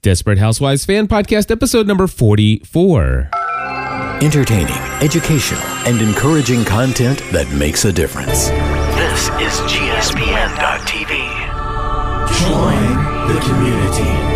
Desperate Housewives Fan Podcast, episode number 44. Entertaining, educational, and encouraging content that makes a difference. This is GSPN.TV. Join the community.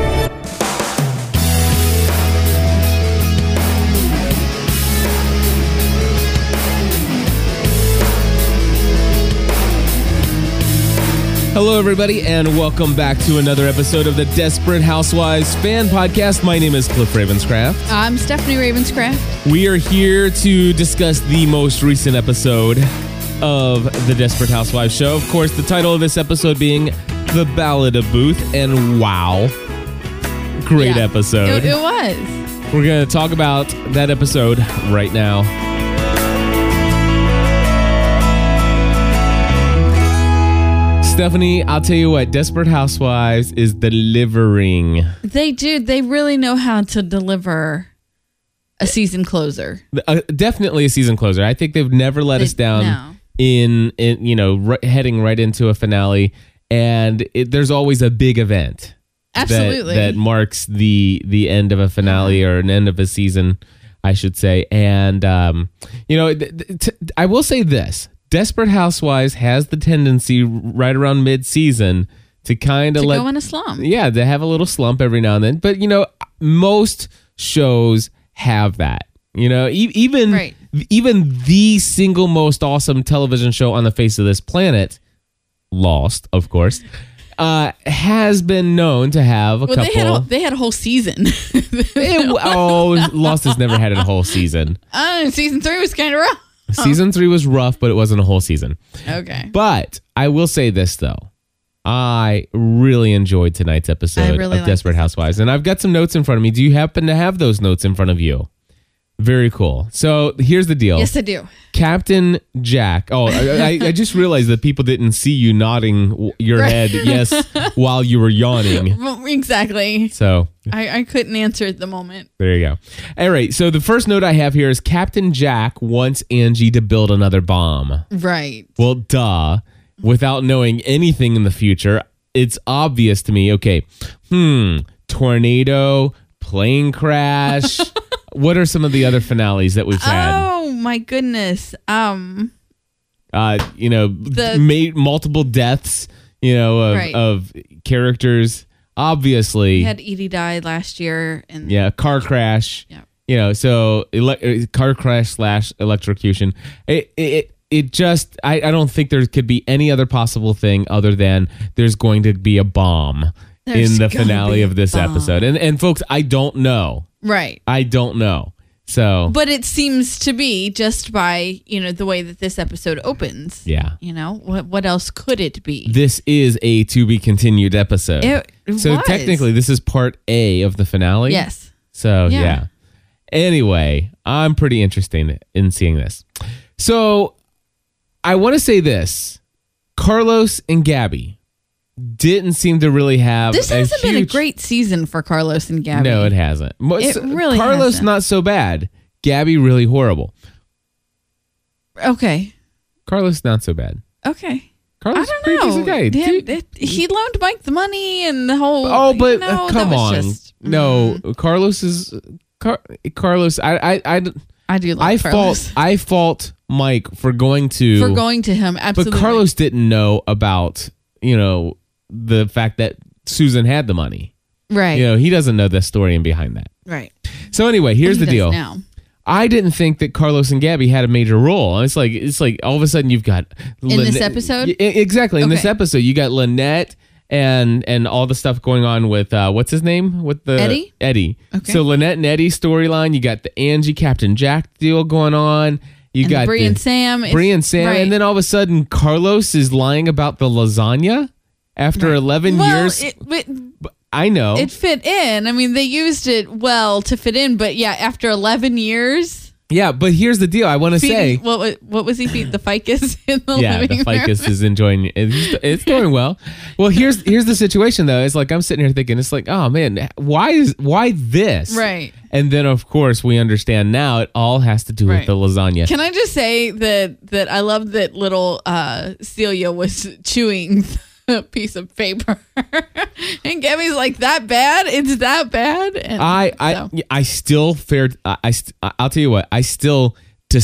Hello, everybody, and welcome back to another episode of the Desperate Housewives Fan Podcast. My name is Cliff Ravenscraft. I'm Stephanie Ravenscraft. We are here to discuss the most recent episode of the Desperate Housewives show. Of course, the title of this episode being The Ballad of Booth, and wow, great Yeah. episode. It, it was. We're going to talk about that episode right now. Stephanie, I'll tell you what, Desperate Housewives is delivering. They do. They really know how to deliver a season closer. Uh, definitely a season closer. I think they've never let They- us down no. in, in, you know, right, heading right into a finale. And it, there's always a big event. that- Absolutely. that, marks the the end of a finale or an end of a season i should say and um you know th- th- t- i will say this desperate housewives has the tendency right around mid-season to kind of to let go in a slump. yeah they have a little slump every now and then but you know most shows have that you know e- even Right. even the single most awesome television show on the face of this planet lost of course uh, has been known to have a Well, couple they had a, they had a whole season. It- oh lost has never had a whole season oh, season three was kind of rough. season three was rough but it wasn't a whole season Okay. But I will say this though. I really enjoyed tonight's episode really of liked Desperate Housewives. And I've got some notes in front of me. Do you happen to have those notes in front of you? Very cool. So here's the deal. yes, I do. Captain Jack. Oh, I, I, I just realized that people didn't see you nodding w- your Right. head yes while you were yawning. Well, exactly. So I, I couldn't answer at the moment. there you go. All right. So the first note I have here is Captain Jack wants Angie to build another bomb. Right. Well, duh. Without knowing anything in the future, it's obvious to me. Okay, hmm, tornado, plane crash. what are some of the other finales that we've had? Oh my goodness. Um. Uh, you know, The- ma- multiple deaths. You know, of, Right. of characters. Obviously, We had Edie die last year, and yeah, car crash. Yep. You know, so ele- uh, car crash slash electrocution. It it it just I, I don't think there could be any other possible thing other than there's going to be a bomb There's in the gonna finale be a of this bomb. episode. And and folks, I don't know. right. I don't know. So But it seems to be just by you know the way that this episode opens. yeah. You know what? What else could it be? This is a to be continued episode. It- it so was. technically this is part A of the finale. yes. So yeah. Yeah. Anyway, I'm pretty interested in seeing this. So I want to say this: Carlos and Gabby didn't seem to really have. This a hasn't been a huge- great season for Carlos and Gabby. No, it hasn't. Mo- It so- really Carlos hasn't. not so bad. Gabby really horrible. okay. Carlos not so bad. Okay. I Carlos don't pretty know. decent guy. Yeah, Dude- it- he loaned Mike the money and the whole. Oh, you but know, uh, that come was on. just- mm, no, Carlos is Car- Carlos. I I I, I do. Like I Carlos. fault I fault Mike for going to for going to him. Absolutely. But Carlos didn't know about, you know, the fact that Susan had the money. Right. You know, he doesn't know the story and behind that. Right. So anyway, here's He the does deal. Now. I didn't think that Carlos and Gabby had a major role. It's like it's like all of a sudden you've got In this episode? Y- exactly in this Okay. episode you got Lynette and and all the stuff going on with uh, what's his name with the Eddie? Eddie. Okay. So Lynette and Eddie storyline. You got the Angie Captain Jack deal going on. You And got the Bree the- and Sam. it's- Bree and Sam, right. and then all of a sudden Carlos is lying about the lasagna after 11 well, years. It, but I know. it fit in. I mean, they used it well to fit in. But yeah, after eleven years, yeah, but here's the deal. I want to feeding, say, what was what was he feed the ficus in the yeah, living the room? ficus is enjoying it. It's, it's doing well. Well, here's here's the situation though. It's like I'm sitting here thinking, it's like, oh man, why is why this? Right. And then of course we understand now it all has to do with Right. the lasagna. Can I just say that that I love that little uh, Celia was chewing a piece of paper. and Gabby's like, that bad? It's that bad? And I I so- I still fared. I, I st- I- I'll tell you what. I still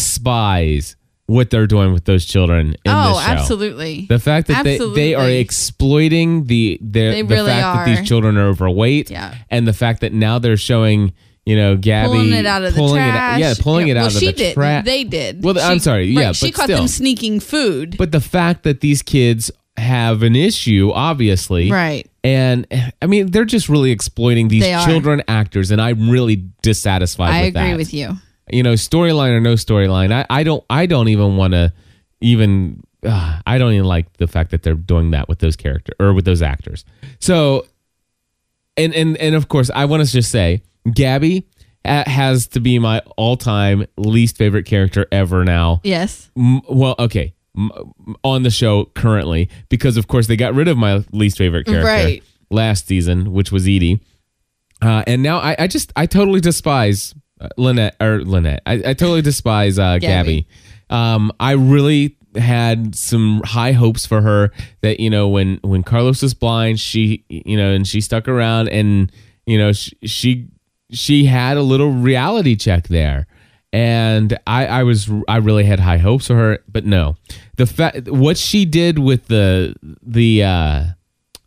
despise what they're doing with those children in oh, this show. absolutely. The fact that they, they are Absolutely. exploiting the their, They the really fact that are. these children are overweight, Yeah. and the fact that now they're showing you know Gabby pulling it out of the pulling it trash. out- yeah, pulling Yeah, it well, out of she the did. trash. They did. Well, I'm sorry, yeah, right, she but caught still. them sneaking food. But the fact that these kids have an issue, obviously, right. And I mean, they're just really exploiting these They are. children actors, and I'm really dissatisfied. I with agree that. with you. you know, storyline or no storyline, I, I don't I don't even want to even uh, I don't even like the fact that they're doing that with those characters or with those actors. So, and and and of course, I want to just say, Gabby uh, has to be my all time least favorite character ever now. Yes. M- well, okay, m- on the show currently because of course they got rid of my least favorite character Right. last season, which was Edie. Uh, and now I, I just I totally despise uh, Lynette or Lynette. I, I totally despise uh, Gabby. Gabby. Um, I really had some high hopes for her that you know when when Carlos was blind, she you know and she stuck around and you know she she, she had a little reality check there. And I, I was I really had high hopes for her, but no, the fact what she did with the the uh,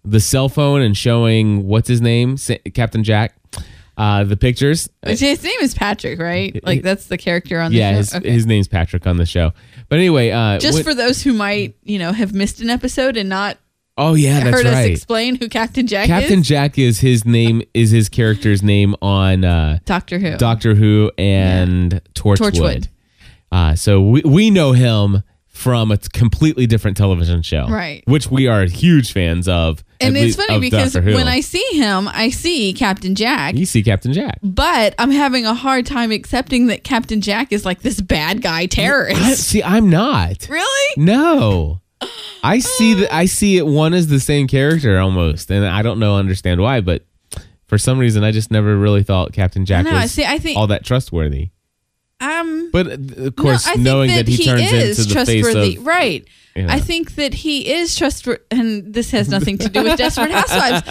the cell phone and showing what's his name, Sa- Captain Jack, uh, the pictures. Which his name is Patrick, right? Like that's the character on the Yeah, show. his, Okay. his name's Patrick on the show. But anyway, uh, Just when- for those who might, you know, have missed an episode and not oh yeah, that's heard us right. explain who Captain Jack Captain is. Jack is his name is his character's name on uh, Doctor Who. Doctor Who and Torchwood. Torchwood. Uh, so we we know him from a completely different television show, Right. Which we are huge fans of. and at it's least funny of because Doctor Who. when I see him, I see Captain Jack. you see Captain Jack. but I'm having a hard time accepting that Captain Jack is like this bad guy I- terrorist. see, I'm not. really? No. I see that I see it one as the same character almost, and I don't know understand why, but for some reason I just never really thought Captain Jack No, was see, I think- all that trustworthy. Um, But uh, of No, course, I think knowing that, he, turns is into the face trustworthy, of right? Yeah. I think that he is trustworthy, and this has nothing to do with Desperate Housewives.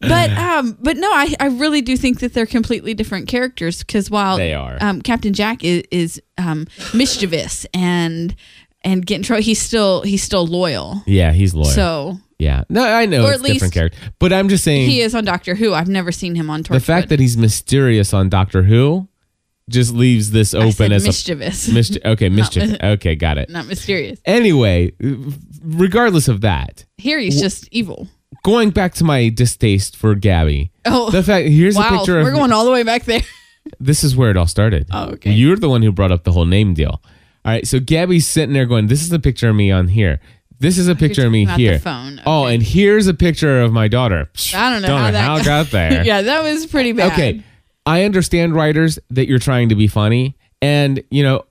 but um, but no, I, I really do think that they're completely different characters because while They are. um, Captain Jack is, is um, mischievous and and getting trouble, he's still he's still loyal. yeah, he's loyal. So yeah, no, I know Or it's at least different character, but I'm just saying he is on Doctor Who. I've never seen him on Torchwood. the fact that he's mysterious on Doctor Who just leaves this I open said as mischievous, a mischief. Okay, mischief. mis- okay, got it. not mysterious. Anyway, regardless of that, Here he's just evil. going back to my distaste for Gabby. Oh. the fact here's a Wow, picture of we're going all the way back there. this is where it all started. Oh, okay. You're the one who brought up the whole name deal. All right, so Gabby's sitting there going, "This is a picture of me on here. This is a picture of me talking about the here. phone. Oh, and here's a picture of my daughter. I don't know how that it got there. yeah, that was pretty bad. Okay, I understand writers that you're trying to be funny, and you know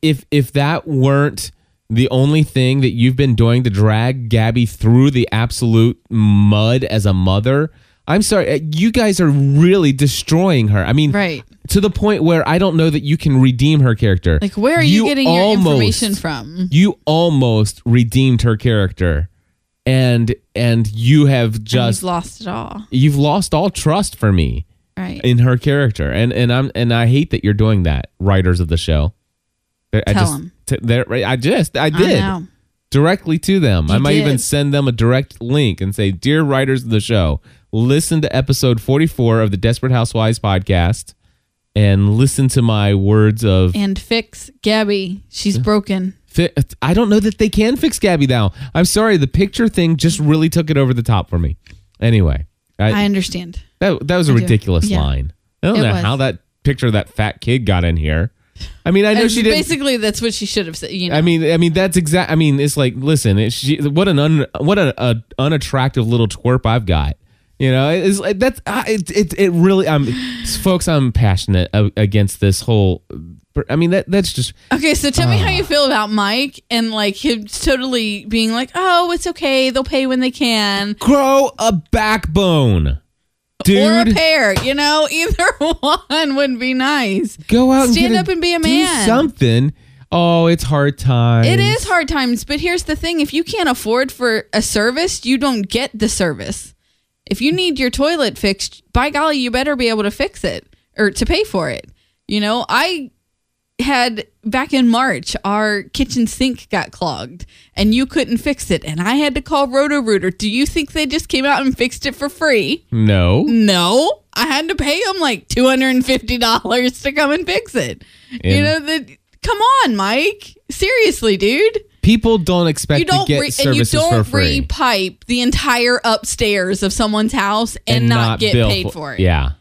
if if that weren't the only thing that you've been doing to drag Gabby through the absolute mud as a mother, I'm sorry, uh, you guys are really destroying her. I mean, Right. to the point where I don't know that you can redeem her character. Like, where are you, getting your information from? You almost redeemed her character, and and you have Just just lost it all. you've lost all trust for me Right. in her character, and and I'm and I hate that you're doing that, writers of the show. They're- I Tell just, 'em. t- they're- I just, I did know. directly to them. I You might even did. send them a direct link and say, "Dear writers of the show, listen to episode 44 of the Desperate Housewives podcast, and listen to my words of." And fix Gabby. She's broken. Fi- I don't know that they can fix Gabby now. I'm sorry, the picture thing just really took it over the top for me. Anyway, I, I understand. that that was a do. ridiculous Yeah. line. I don't It know was. how that picture of that fat kid got in here. I mean, I know And she didn't. basically, that's what she should have said. You know, I mean, I mean that's exact. I mean, it's like, listen, it's she, what an un, what a, a unattractive little twerp I've got. You know, it's like that's uh, it, it. It really, I'm folks. I'm passionate a- against this whole. I mean, that that's just okay. So tell me Ah. how you feel about Mike and like him totally being like, "Oh, it's okay. They'll pay when they can." grow a backbone, dude. Or a pair, you know, either one would be nice. Go out and Stand get a- up and be a do man. something. oh, it's hard times. It is hard times, but here's the thing: if you can't afford for a service, you don't get the service. If you need your toilet fixed, by golly, you better be able to fix it or to pay for it. You know, I had back in March, our kitchen sink got clogged and you couldn't fix it, and I had to call Roto Rooter. Do you think they just came out and fixed it for free? No. No, I had to pay them like two hundred and fifty dollars to come and fix it. Yeah. You know that. Come on, Mike. Seriously, dude People don't expect you don't to get re- and you services don't for free repipe the entire upstairs of someone's house and, not, get bill paid for it. Yeah,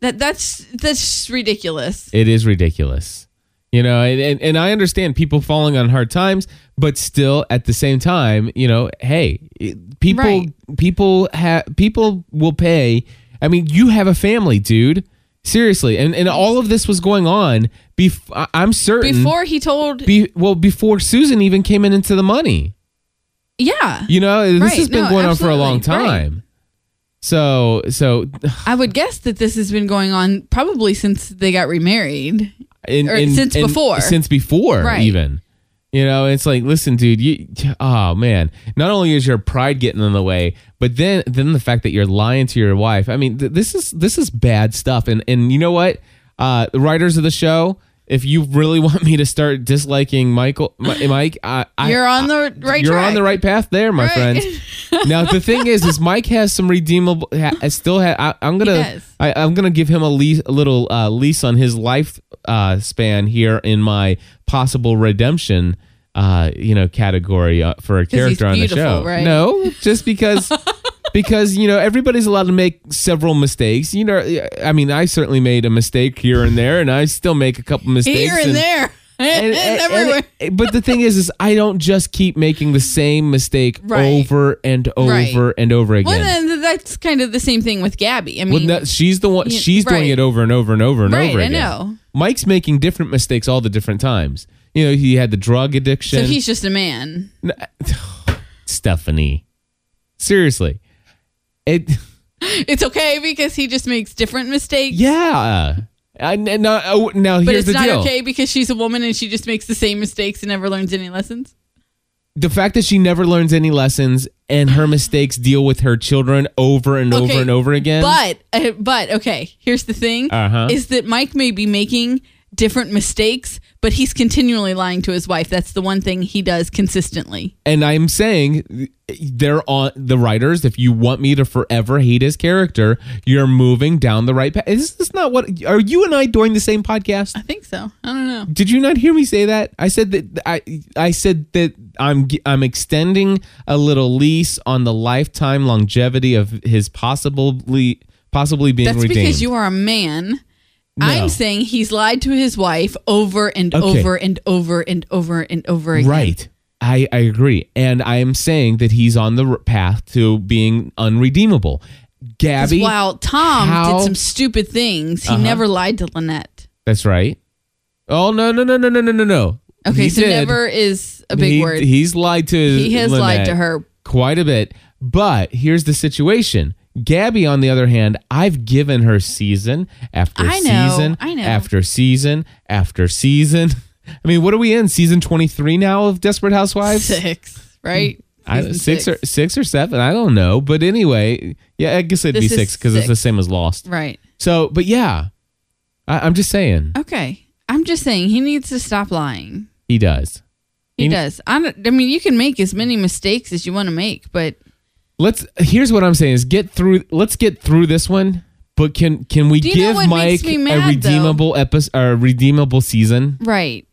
That that's that's just ridiculous. it is ridiculous. You know, and, and, and I understand people falling on hard times, but still at the same time, you know, hey, it- people Right. people have people will pay. I mean, you have a family, dude. Seriously, and and all of this was going on before. I'm certain Before he told be, well before Susan even came in into the money. Yeah. You know, this Right, has been no, going on for a long absolutely, right. time. So so I would guess that this has been going on probably since they got remarried. in, Or in- since in- before. since before Right. even you know it's like listen dude you oh man not only is your pride getting in the way but then then the fact that you're lying to your wife i mean th- this is this is bad stuff and and you know what uh the writers of the show if you really want me to start disliking michael Mi- mike i, I You're on the right you're track. on the right path there my Right. friend now the thing is is mike has some redeemable ha, I still ha, I, i'm gonna does. I, i'm gonna give him a lease a little uh, lease on his life uh, span here in my possible redemption uh, you know category uh, for a he's character on the beautiful, show right? no just because because you know everybody's allowed to make several mistakes you know i mean i certainly made a mistake here and there and i still make a couple mistakes Here and there. And, and- and- and- everywhere. but the thing is, is I don't just keep making the same mistake Right. over and over Right. and over again. well then that's kind of the same thing with Gabby. I Well, mean no, she's the one. Yeah, She's doing right. it over and over and over and Right, over I again. know. Mike's making different mistakes all the different times. You know, he had the drug addiction. so he's just a man. Stephanie. Seriously, it. It's okay because he just makes different mistakes. Yeah. I, n- now, oh, now But here's it's the not deal. okay because she's a woman and she just makes the same mistakes and never learns any lessons. the fact that she never learns any lessons and her mistakes deal with her children over and Okay, over and over again. But uh, but okay, here's the thing: Uh-huh. is that Mike may be making different mistakes, but he's continually lying to his wife. That's the one thing he does consistently. and I'm saying they're on the writers. If you want me to forever hate his character, you're moving down the right path. Is this not what? Are you and I doing the same podcast? I think so. I don't know. Did you not hear me say that? I said that I I said that I'm g- I'm extending a little lease on the lifetime longevity of his possibly possibly being That's redeemed. because you are a man. I'm saying he's lied to his wife over and Okay. over and over and over and over again. Right. I, I agree. And I am saying that he's on the r- path to being unredeemable. 'Cause Gabby. While Tom how- Uh-huh. did some stupid things, he never lied to Lynette. That's right. Oh, no, no, no, no, no, no, no, no. Okay, He so did. never is a big He- word. He's lied to He has lied to Lynette her. Quite a bit. But here's the situation. Gabby, on the other hand, I've given her season after I know, season I know. after season after season. I mean, what are we in? Season 23 now of Desperate Housewives? six, right? I, Season six, or six or seven. I don't know, but anyway, yeah, I guess it'd This be is six because it's the six. same as Lost. right. So, but yeah, I, I'm just saying Okay. I'm just saying he needs to stop lying. he does. He You- does. I, don't, I mean, you can make as many mistakes as you want to make, but Let's. Here's what I'm saying: is get through. Let's get through this one. But can can we Do you know give what Mike makes me a mad, though? redeemable episode or a redeemable season? right.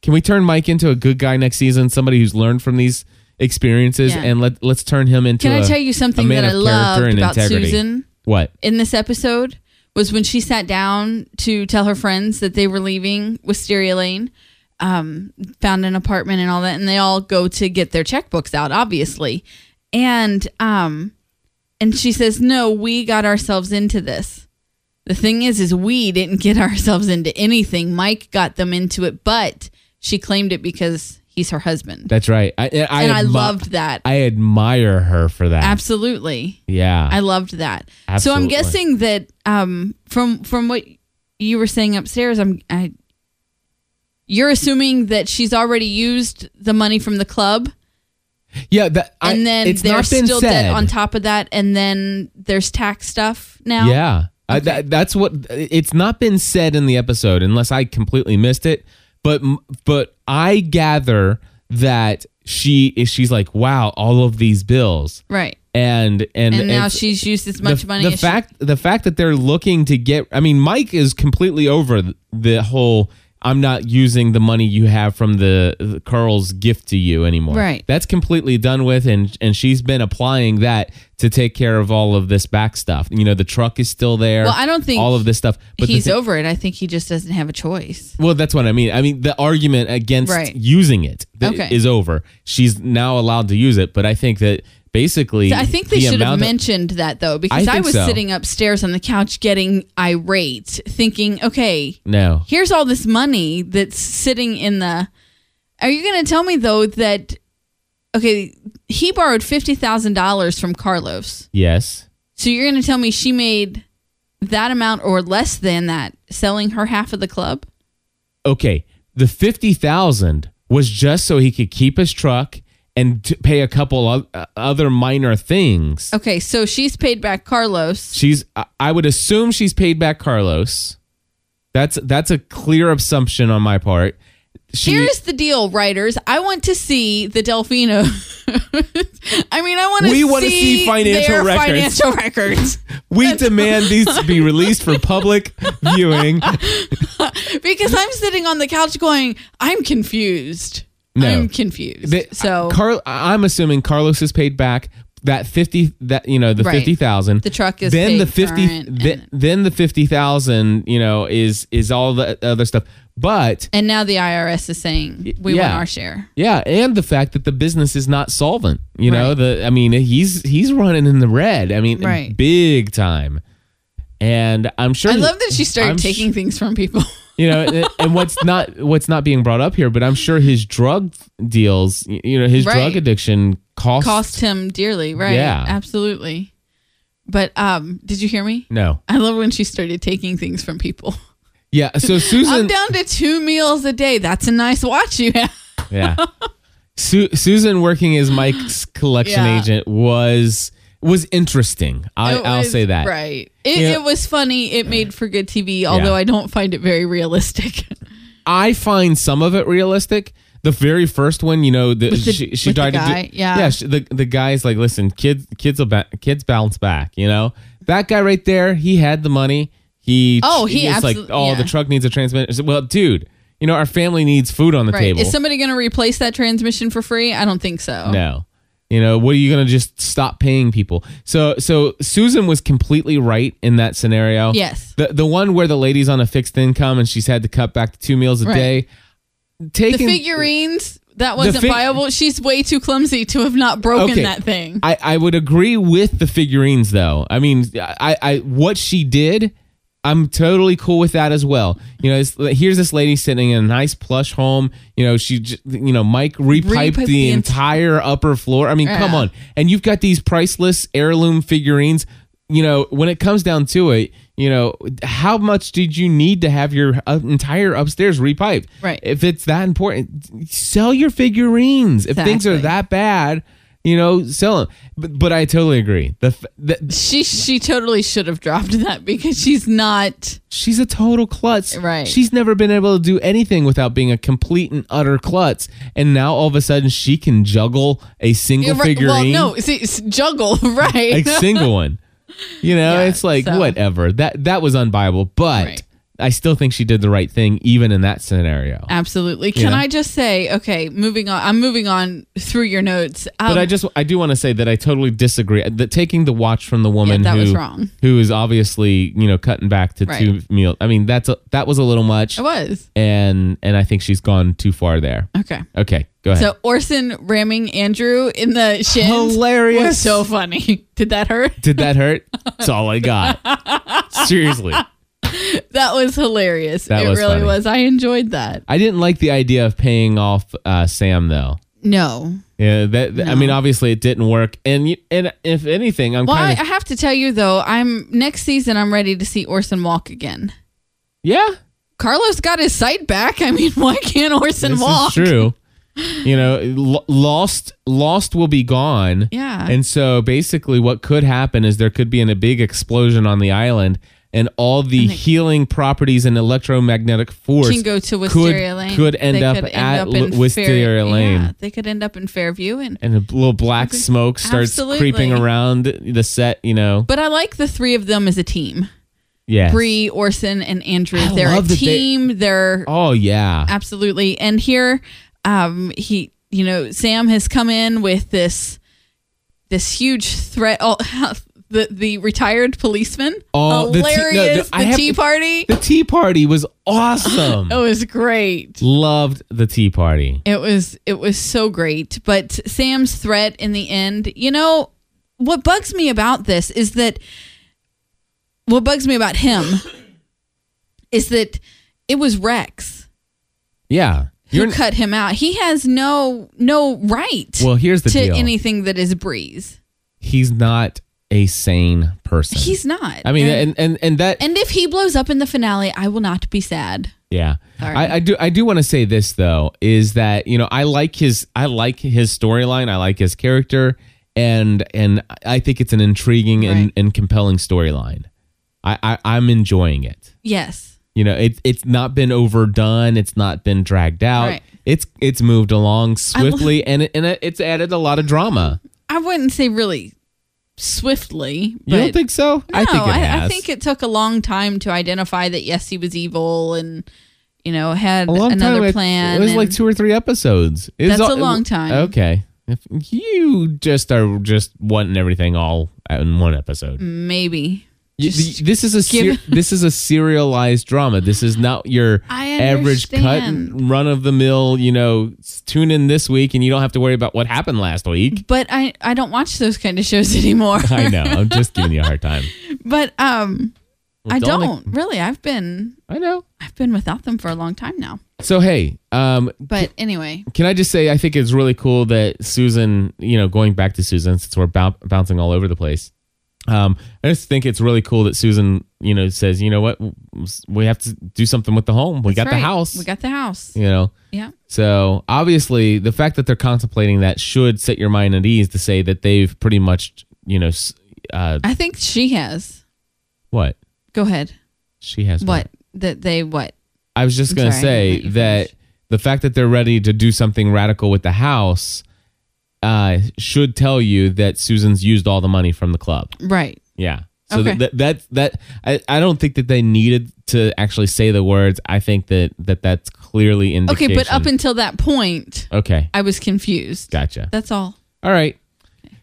Can we turn Mike into a good guy next season? Somebody who's learned from these experiences, Yeah. and let let's turn him into. Can I a- tell you a something man that I of character loved and about integrity. Susan What? in this episode? Was when she sat down to tell her friends that they were leaving Wisteria Lane, um, found an apartment and all that, and they all go to get their checkbooks out, obviously, and um, and she says, "No, we got ourselves into this." The thing is, is we didn't get ourselves into anything. Mike got them into it, but she claimed it because he's her husband, That's right. I I, and I admi- loved that. I admire her for that. Absolutely, Yeah. I loved that. So I'm Absolutely. guessing that um, from from what you were saying upstairs, I'm I you're assuming that she's already used the money from the club Yeah, that, I- and then it's they're not been still said. debt on top of that and then there's tax stuff now Yeah. I, that, that's what it's not been said in the episode unless I completely missed it, but but I gather that she is she's like, "Wow, all of these bills." right And and and now it's- she's used as much the, money the as she- fact the fact that they're looking to get I mean, Mike is completely over th- the whole I'm not using the money you have from the, the Carl's gift to you anymore. Right. That's completely done with and and she's been applying that to take care of all of this back stuff. You know, the truck is still there. Well, I don't think all of this stuff. the he's thi- over it i think he just doesn't have a choice well, that's what I mean. I mean, the argument against Right. using it th- Okay. is over. She's now allowed to use it, but I think that basically I think they the should have amount of- mentioned that though, because I I, think was so. sitting upstairs on the couch getting irate, thinking, okay, no. here's all this money that's sitting in the. Are you going to tell me though that, okay, he borrowed $50,000 from Carlos. Yes. So you're going to tell me she made that amount or less than that selling her half of the club? okay, the 50,000 was just so he could keep his truck and t- pay a couple of uh, other minor things. Okay, so she's paid back Carlos. She's I- I would assume she's paid back Carlos. That's that's a clear assumption on my part. She Here's the deal, writers. I want to see the Delfino. I mean, I want to. We wanna see financial their records. Financial records, we demand these to be released for public viewing. because I'm sitting on the couch going, I'm confused. No. I'm confused. The- uh, so Carl, I'm assuming Carlos is paid back that fifty that you know the Right. fifty thousand. The truck is then paid the fifty current and then, then the fifty thousand you know is is all the other stuff. But and now the IRS is saying we yeah. want our share. yeah, and the fact that the business is not solvent. You know Right. the I mean he's he's running in the red. I mean Right. big time. And I'm sure I love that she started I'm sh- taking things from people. you know and- and what's not what's not being brought up here, but I'm sure his drug deals, you know, his Right. drug addiction costs. Cost him dearly, right? Yeah. absolutely. But um, did you hear me? no. I love when she started taking things from people. Yeah, so Susan I'm down to two meals a day. That's a nice watch you have. Yeah. Su- Susan working as Mike's collection Yeah. agent was was interesting. I, It I'll was- say that. Right. It, Yeah. it was funny. It made for good TV, although Yeah. I don't find it very realistic. I find some of it realistic. The very first one, you know, the, With the- she, she with the tried to guy, do. yeah. yeah she, the the guy's like, listen, kids, kids will ba- kids bounce back. You know, that guy right there, he had the money. He Oh, he was like, absolute- oh, yeah. the truck needs a transmission. Well, dude, you know, our family needs food on the right. table. Is somebody going to replace that transmission for free? I don't think so. No. You know, what are you going to just stop paying people? So so Susan was completely right in that scenario. Yes. The the one where the lady's on a fixed income and she's had to cut back to two meals a Right. day. The Taking figurines, that wasn't fig- viable. She's way too clumsy to have not broken that thing. I, I would agree with the figurines though. I mean, I, I what she did, I'm totally cool with that as well. You know, it's, here's this lady sitting in a nice plush home. You know, she, j- you know, Mike repiped Repiped the, the entire upper floor. I mean, come Yeah. on. And you've got these priceless heirloom figurines. You know, when it comes down to it, you know, how much did you need to have your uh, entire upstairs repiped? Right. If it's that important, sell your figurines. If things are Exactly. that bad, you know, sell them. But, but I totally agree. The, f- the she she totally should have dropped that because she's not she's a total klutz. Right. She's never been able to do anything without being a complete and utter klutz. And now all of a sudden she can juggle a single Right, figurine, Well, no, see, it's juggle, right? a single one. You know, Yeah, it's like so- whatever. That that was unviable, but Right. I still think she did the right thing even in that scenario. Absolutely. Can know? I just say, okay, moving on. I'm moving on through your notes. Um, But I just I do want to say that I totally disagree. uh, That taking the watch from the woman that who was wrong. who is obviously you know cutting back to Right. Oh. two meals. I mean that's a, that was a little much, it was and and I think she's gone too far there. okay. Okay, go ahead. So Orson ramming Andrew in the shins was Hilarious. so funny. Did that hurt? Did that hurt? That's all I got. Seriously, That was hilarious. That it was really funny. was. I enjoyed that. I didn't like the idea of paying off uh, Sam though. No. Yeah, that, that- I mean obviously it didn't work, and you, and if anything, I'm Well, I, kind I of have to tell you though, I'm next season I'm ready to see Orson walk again. yeah. Carlos got his sight back. I mean, why can't Orson this walk? is true. You know, lo- lost lost will be gone. Yeah. And so basically, what could happen is there could be an, a big explosion on the island, and all the healing properties and electromagnetic force Can go to Wisteria could, Lane. could end They up could end at up in L- Wisteria Fair- Lane. Yeah, they could end up in Fairview, and And a little black smoke starts Absolutely. creeping around the set, you know. but I like the three of them as a team. Yeah. Bree, Orson, and Andrew. I They're a love that they- team. They're Oh, yeah. absolutely. And here, um, he, you know, Sam has come in with this, this huge threat. Oh, the the retired policeman. Oh, the tea- no, no, hilarious! The, I have- Tea Party. The Tea Party was awesome. It was great. Loved the Tea Party. It was it was so great. But Sam's threat in the end, you know, what bugs me about this is that what bugs me about him is that it was Rex Yeah. who cut him out. He has no no right Well, here's the to deal. anything that is Breeze. he's not a sane person. He's not. I mean, and, and and, and that and if he blows up in the finale, I will not be sad. yeah. Sorry. I, I do I do want to say this though is that you know I like his I like his storyline I like his character and and I think it's an intriguing and, Right. and compelling storyline. I, I I'm enjoying it. Yes. You know it it's not been overdone. It's not been dragged out. Right. It's it's moved along swiftly and it, and it, it's added a lot of drama. I wouldn't say really swiftly. But You don't think so? I think it I, has. I think it took a long time to identify that yes, he was evil and you know had a long another time. it- plan. It was and- like two or three episodes. It was That's all- a long time. Okay. If you just are just wanting everything all in one episode. maybe. You- Mm. Just this is a ser- give- this is a serialized drama. This is not your I average cut understand. run of the mill. You know, s- tune in this week and you don't have to worry about what happened last week. But I I don't watch those kind of shows anymore. I know. I'm just giving you a hard time. but um, Well, I don't- don't really. I've been I know. I've been without them for a long time now. So hey, um, But anyway, Can I just say, I think it's really cool that Susan, you know, going back to Susan, since we're bou- bouncing all over the place, um, I just think it's really cool that Susan, you know, says, you know what, we have to do something with the home. We got right. the house, We got the house. you know. Yeah. So obviously, the fact that they're contemplating that should set your mind at ease to say that they've pretty much, you know, s- uh, I think she has. what Go ahead. she has. What that they what? I was just I'm going to sorry, I say didn't let you that finish. the fact that they're ready to do something radical with the house uh, should tell you that Susan's used all the money from the club. Right. Yeah. So Okay. that, that that I, I don't think that they needed to actually say the words. I think that, that that's clearly Okay, indication. but up until that point, okay, I was confused. gotcha. That's all. All right.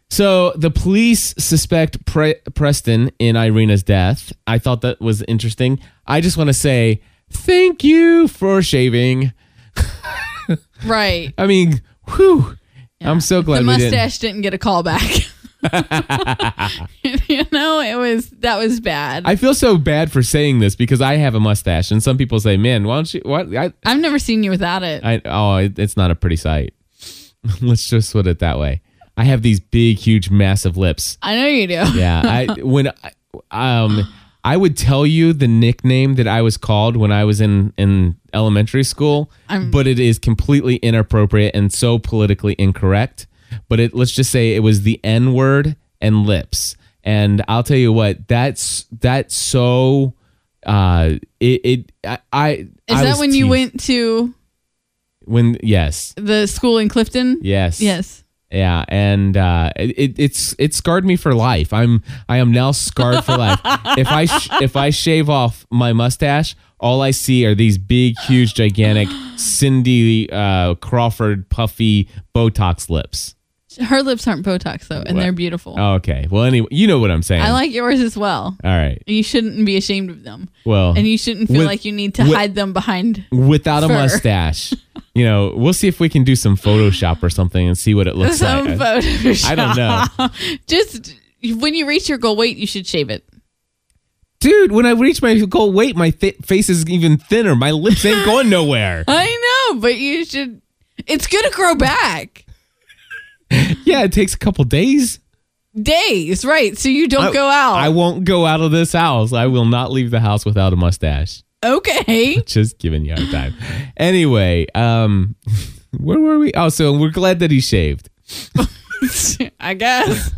So the police suspect Pre- Preston in Irina's death. I thought that was interesting. I just want to say thank you for shaving. Right. I mean, whew. I'm so glad the we mustache didn't. get a call back. you know, it was that was bad. I, I feel so bad for saying this because I have a mustache, and some people say, "Man, why don't you?" What? I, have never seen you without it. I oh, it, it's not a pretty sight. Let's just put it that way. I have these big, huge, massive lips. I know you do. Yeah. I when I, um I would tell you the nickname that I was called when I was in in elementary school, but it is completely inappropriate and so politically incorrect. But it let's just say it was the N word and lips. And I'll tell you what, that's that's so uh it, it I, I Is I that was when you teased. went to when yes the school in Clifton? yes Yes. Yeah, and uh, it, it's it scarred me for life. I'm I am now scarred for life. If I sh- if I shave off my mustache, all I see are these big, huge, gigantic Cindy uh, Crawford puffy Botox lips. Her lips aren't Botox though, and What? Oh, they're beautiful. Okay, well anyway, you know what I'm saying. I like yours as well. All right, You shouldn't be ashamed of them. well, And you shouldn't feel Oh. With- like you need to with- hide them behind without a fur. mustache, you know, we'll see if we can do some Photoshop or something and see what it looks some like. uh, photos. I don't know. Just when you reach your goal weight, you should shave it. Dude, when I reach my goal weight, my th- face is even thinner. My lips ain't going nowhere. I know, but you should. It's gonna grow back. Yeah, it takes a couple days. days, right? So you don't go out. I won't go out of this house. I will not leave the house without a mustache. okay. just giving you a hard time. Anyway, um, where were we? Oh, so we're glad that he shaved. I guess.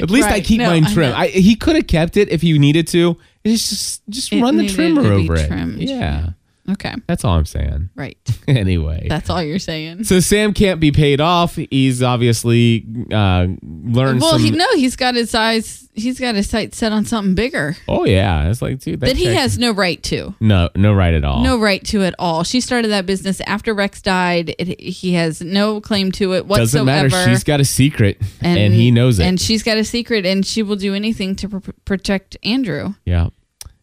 At least I Right. keep No, mine I trim. know. I, he could have kept it if he needed to. It's just just It run the needed trimmer to be over it. trimmed, Yeah, Okay. that's all I'm saying. Right. anyway, That's all you're saying. so Sam can't be paid off. He's obviously uh, learned Well, some. he, no, he's got his eyes. He's got his sights set on something bigger oh yeah, it's like dude that, that he check- Oh. has no right to. no no right at all. No right to at all. She started that business after Rex died. It, he has no claim to it whatsoever. doesn't matter. She's got a secret, and, he knows it. And she's got a secret, and she will do anything to pr- protect Andrew. yeah,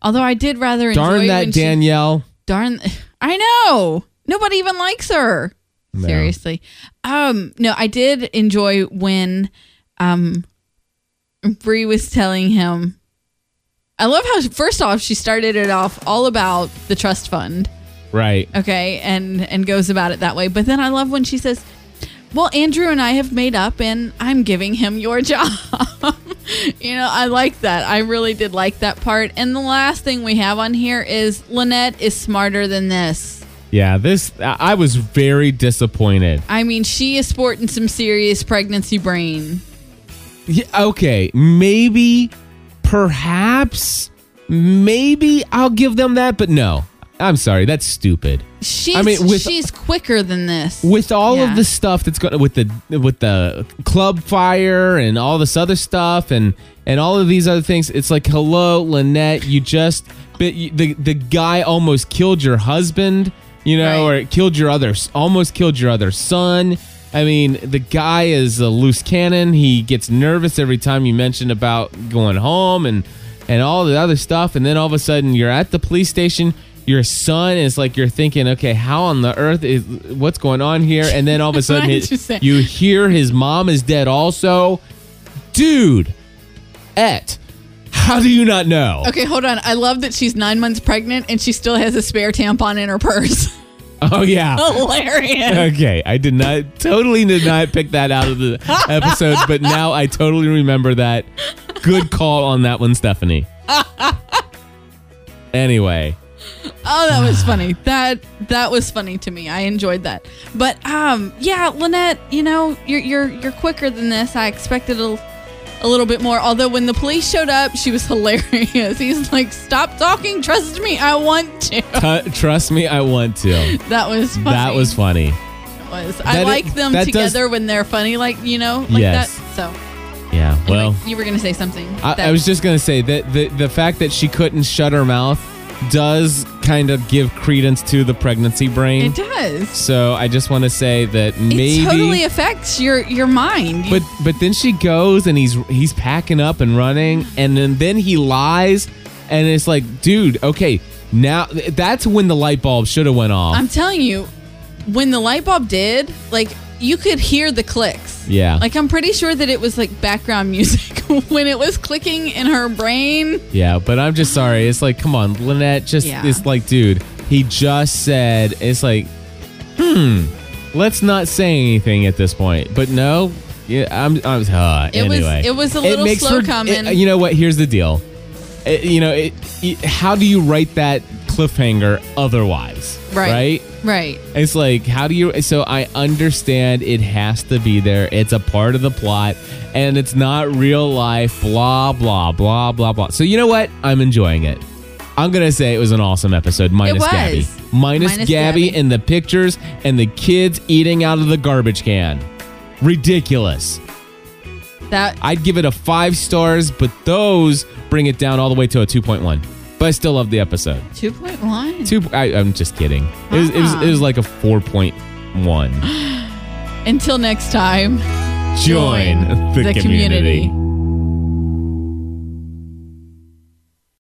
Although I did rather darn enjoy that when she- Danielle. darn i know nobody even likes her seriously um no i did enjoy when um brie was telling him i love how first off she started it off all about the trust fund Right. okay and and goes about it that way but then i love when she says well andrew and i have made up and i'm giving him your job you know i like that i really did like that part and the last thing we have on here is lynette is smarter than this Yeah, this I I was very disappointed. i mean she is sporting some serious pregnancy brain Yeah, okay, maybe, perhaps, maybe I'll give them that, but no, I'm sorry, that's stupid. she's, I mean, with- she's quicker than this With all Yeah. of the stuff that's going with the with the club fire and all this other stuff and and all of these other things, it's like, hello, Lynette, you just but you, the the guy almost killed your husband, you know, Right. or it killed your other almost killed your other son. I mean, the guy is a loose cannon. He gets nervous every time you mention about going home and and all the other stuff. And then all of a sudden, you're at the police station. Your son is like you're thinking, okay, how on the earth is what's going on here? And then all of a what sudden, I his- just said. you hear his mom is dead. Also, dude, et. How do you not know? okay hold on i love that she's nine months pregnant and she still has a spare tampon in her purse Oh yeah. hilarious Okay, I did not totally did not pick that out of the episode, but now I totally remember that. Good call on that one, Stephanie. Anyway, Oh, that was funny. That that was funny to me. I enjoyed that. But um, yeah, Lynette, you know, you're you're you're quicker than this. I expected a, l- a little bit more. Although when the police showed up, she was hilarious. He's like, "Stop talking. Trust me. I want to." tu- trust me, I want to. That was funny. That was funny. It was. I that- like them that does- together when they're funny, like you know, like Yes. that. So, anyway, Yeah. Well, you were gonna say something. I, I that- was just gonna say that the the fact that she couldn't shut her mouth does kind of give credence to the pregnancy brain. It does. So I just want to say that maybe It totally affects your your mind. You But but then she goes and he's he's packing up and running and then then he lies and it's like dude okay now that's when the light bulb should have went off I'm telling you, when the light bulb did, like you could hear the clicks. Yeah. Like I'm pretty sure that it was like background music when it was clicking in her brain. yeah but I'm just sorry it's like come on Lynette just Yeah. it's like dude he just said it's like hmm let's not say anything at this point but no yeah I'm I'm uh, It was- anyway it was a little makes slow for- coming. it- you know what here's the deal It- you know it, it, how do you write that cliffhanger otherwise right? Right. It's like, how do you? So I understand it has to be there. It's a part of the plot, and it's not real life. Blah blah blah blah blah. So you know what? I'm enjoying it. I'm gonna say it was an awesome episode. Minus was. Gabby, minus, Minus Gabby, Gabby. and the pictures and the kids eating out of the garbage can. Ridiculous. That I'd give it a five stars, but those bring it down all the way to a 2.1. But I still love the episode. 2.1. Two. I, I'm just kidding. It was, it was, it was like a 4.1. Until next time. Join the, community.